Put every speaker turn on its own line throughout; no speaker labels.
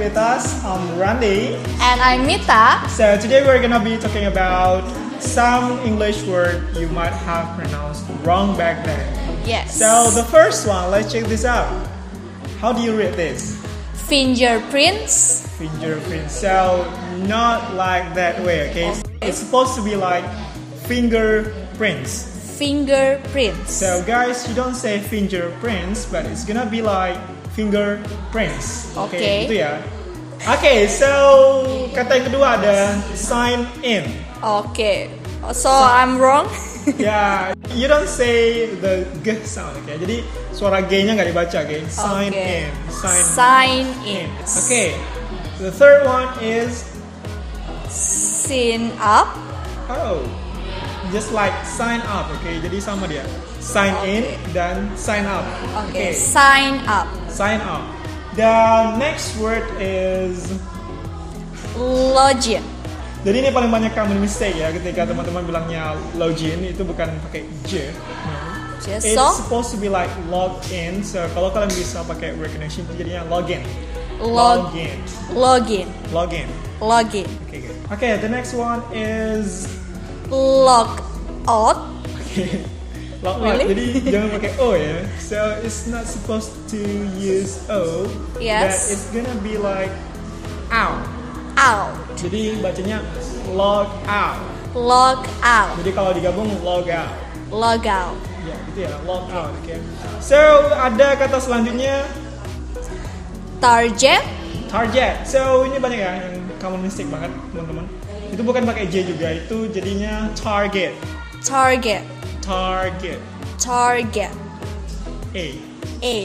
with us. I'm Randy.
And I'm Mita.
So today we're gonna be talking about some English word you might have pronounced wrong back then.
Yes.
So the first one, let's check this out. How do you read this?
fingerprints.
Fingerprint. So not like that way, okay? It's supposed to be like fingerprints.
Fingerprints.
So guys, you don't say fingerprints, but it's gonna be like fingerprints.
Okay.
Itu ya. Oke, so kata yang kedua ada sign in.
Okay. So I'm wrong.
Ya, you don't say the g sound, oke? Jadi suara g-nya nggak dibaca, oke? Sign
Okay.
in, sign,
Sign in.
in. Oke, the third one is
Sin up.
oh, just like sign up, oke? Jadi sama dia, sign in dan sign up, oke?
Okay. Sign up.
Sign up. The next word is
Login.
Jadi ini paling banyak common mistake ya ketika teman-teman bilangnya login itu bukan pakai j.
Just
It's
so
supposed to be like log in. So kalau kalian bisa pakai word connection itu jadinya login.
log
Login.
login.
Login.
Login.
Okay, good. Okay, the next one is
Log out.
log out.
Really?
Jadi jangan pakai o ya. So it's not supposed to use o.
Yes.
But it's gonna be like out.
Out.
Jadi bacanya log out.
Log out.
Jadi kalau digabung log out.
Log out.
Ya, gitu ya, log out. Okay. So ada kata selanjutnya
Target.
target. So ini banyak ya yang common mistake banget teman-teman. Itu bukan pakai J juga, itu jadinya target.
Target.
Target.
Target.
A.
A.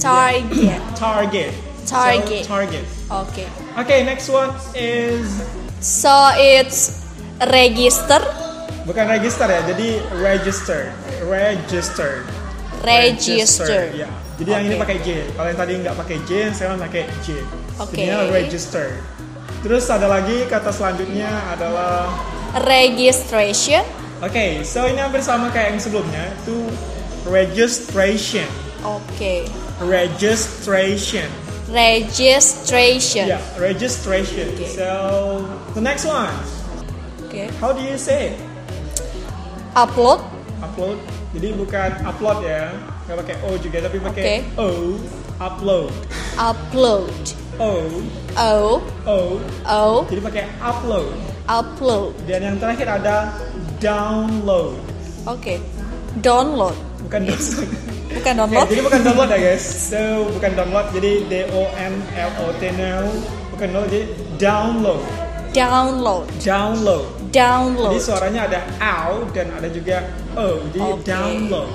Target.
Target. So,
Target.
target.
Okay.
Okay, next one is
So it's register,
bukan register ya, jadi register. Register.
register.
Ya. Jadi yang ini
Oke.
pakai J. Kalau yang tadi nggak pakai J, sekarang pakai J.
Oke.
Jadinya register. Terus ada lagi kata selanjutnya adalah
Registration.
oke, so ini hampir sama kayak yang sebelumnya itu registration.
Okay.
Registration.
Registration.
Yeah, registration.
Oke.
So the next one,
Okay.
how do you say it?
Upload.
Upload. Jadi bukan upload ya, nggak pakai O juga tapi pakai
Oke.
O. Upload.
Upload. Oh, O
O. O.
O
Jadi pakai upload.
upload.
Dan yang terakhir ada download.
Okay. Download.
Bukan download.
Bukan
Oke,
download.
jadi bukan download ya guys. So bukan download jadi D O N L O T now. Bukan download jadi download.
Download.
Download. Jadi
Download.
suaranya ada ow dan ada juga o. Jadi
Oke.
download.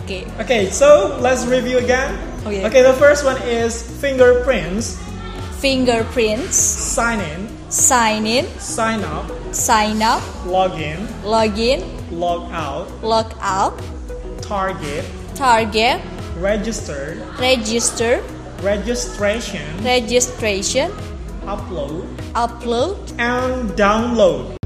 Okay.
Okay, so let's review again.
Oh, yeah.
Okay, the first one is fingerprints,
Fingerprints.
sign in,
Sign in.
sign up,
Sign up.
log in,
Login.
log out,
Log out.
target,
Target.
register,
Register.
registration,
Registration.
upload,
upload
and download.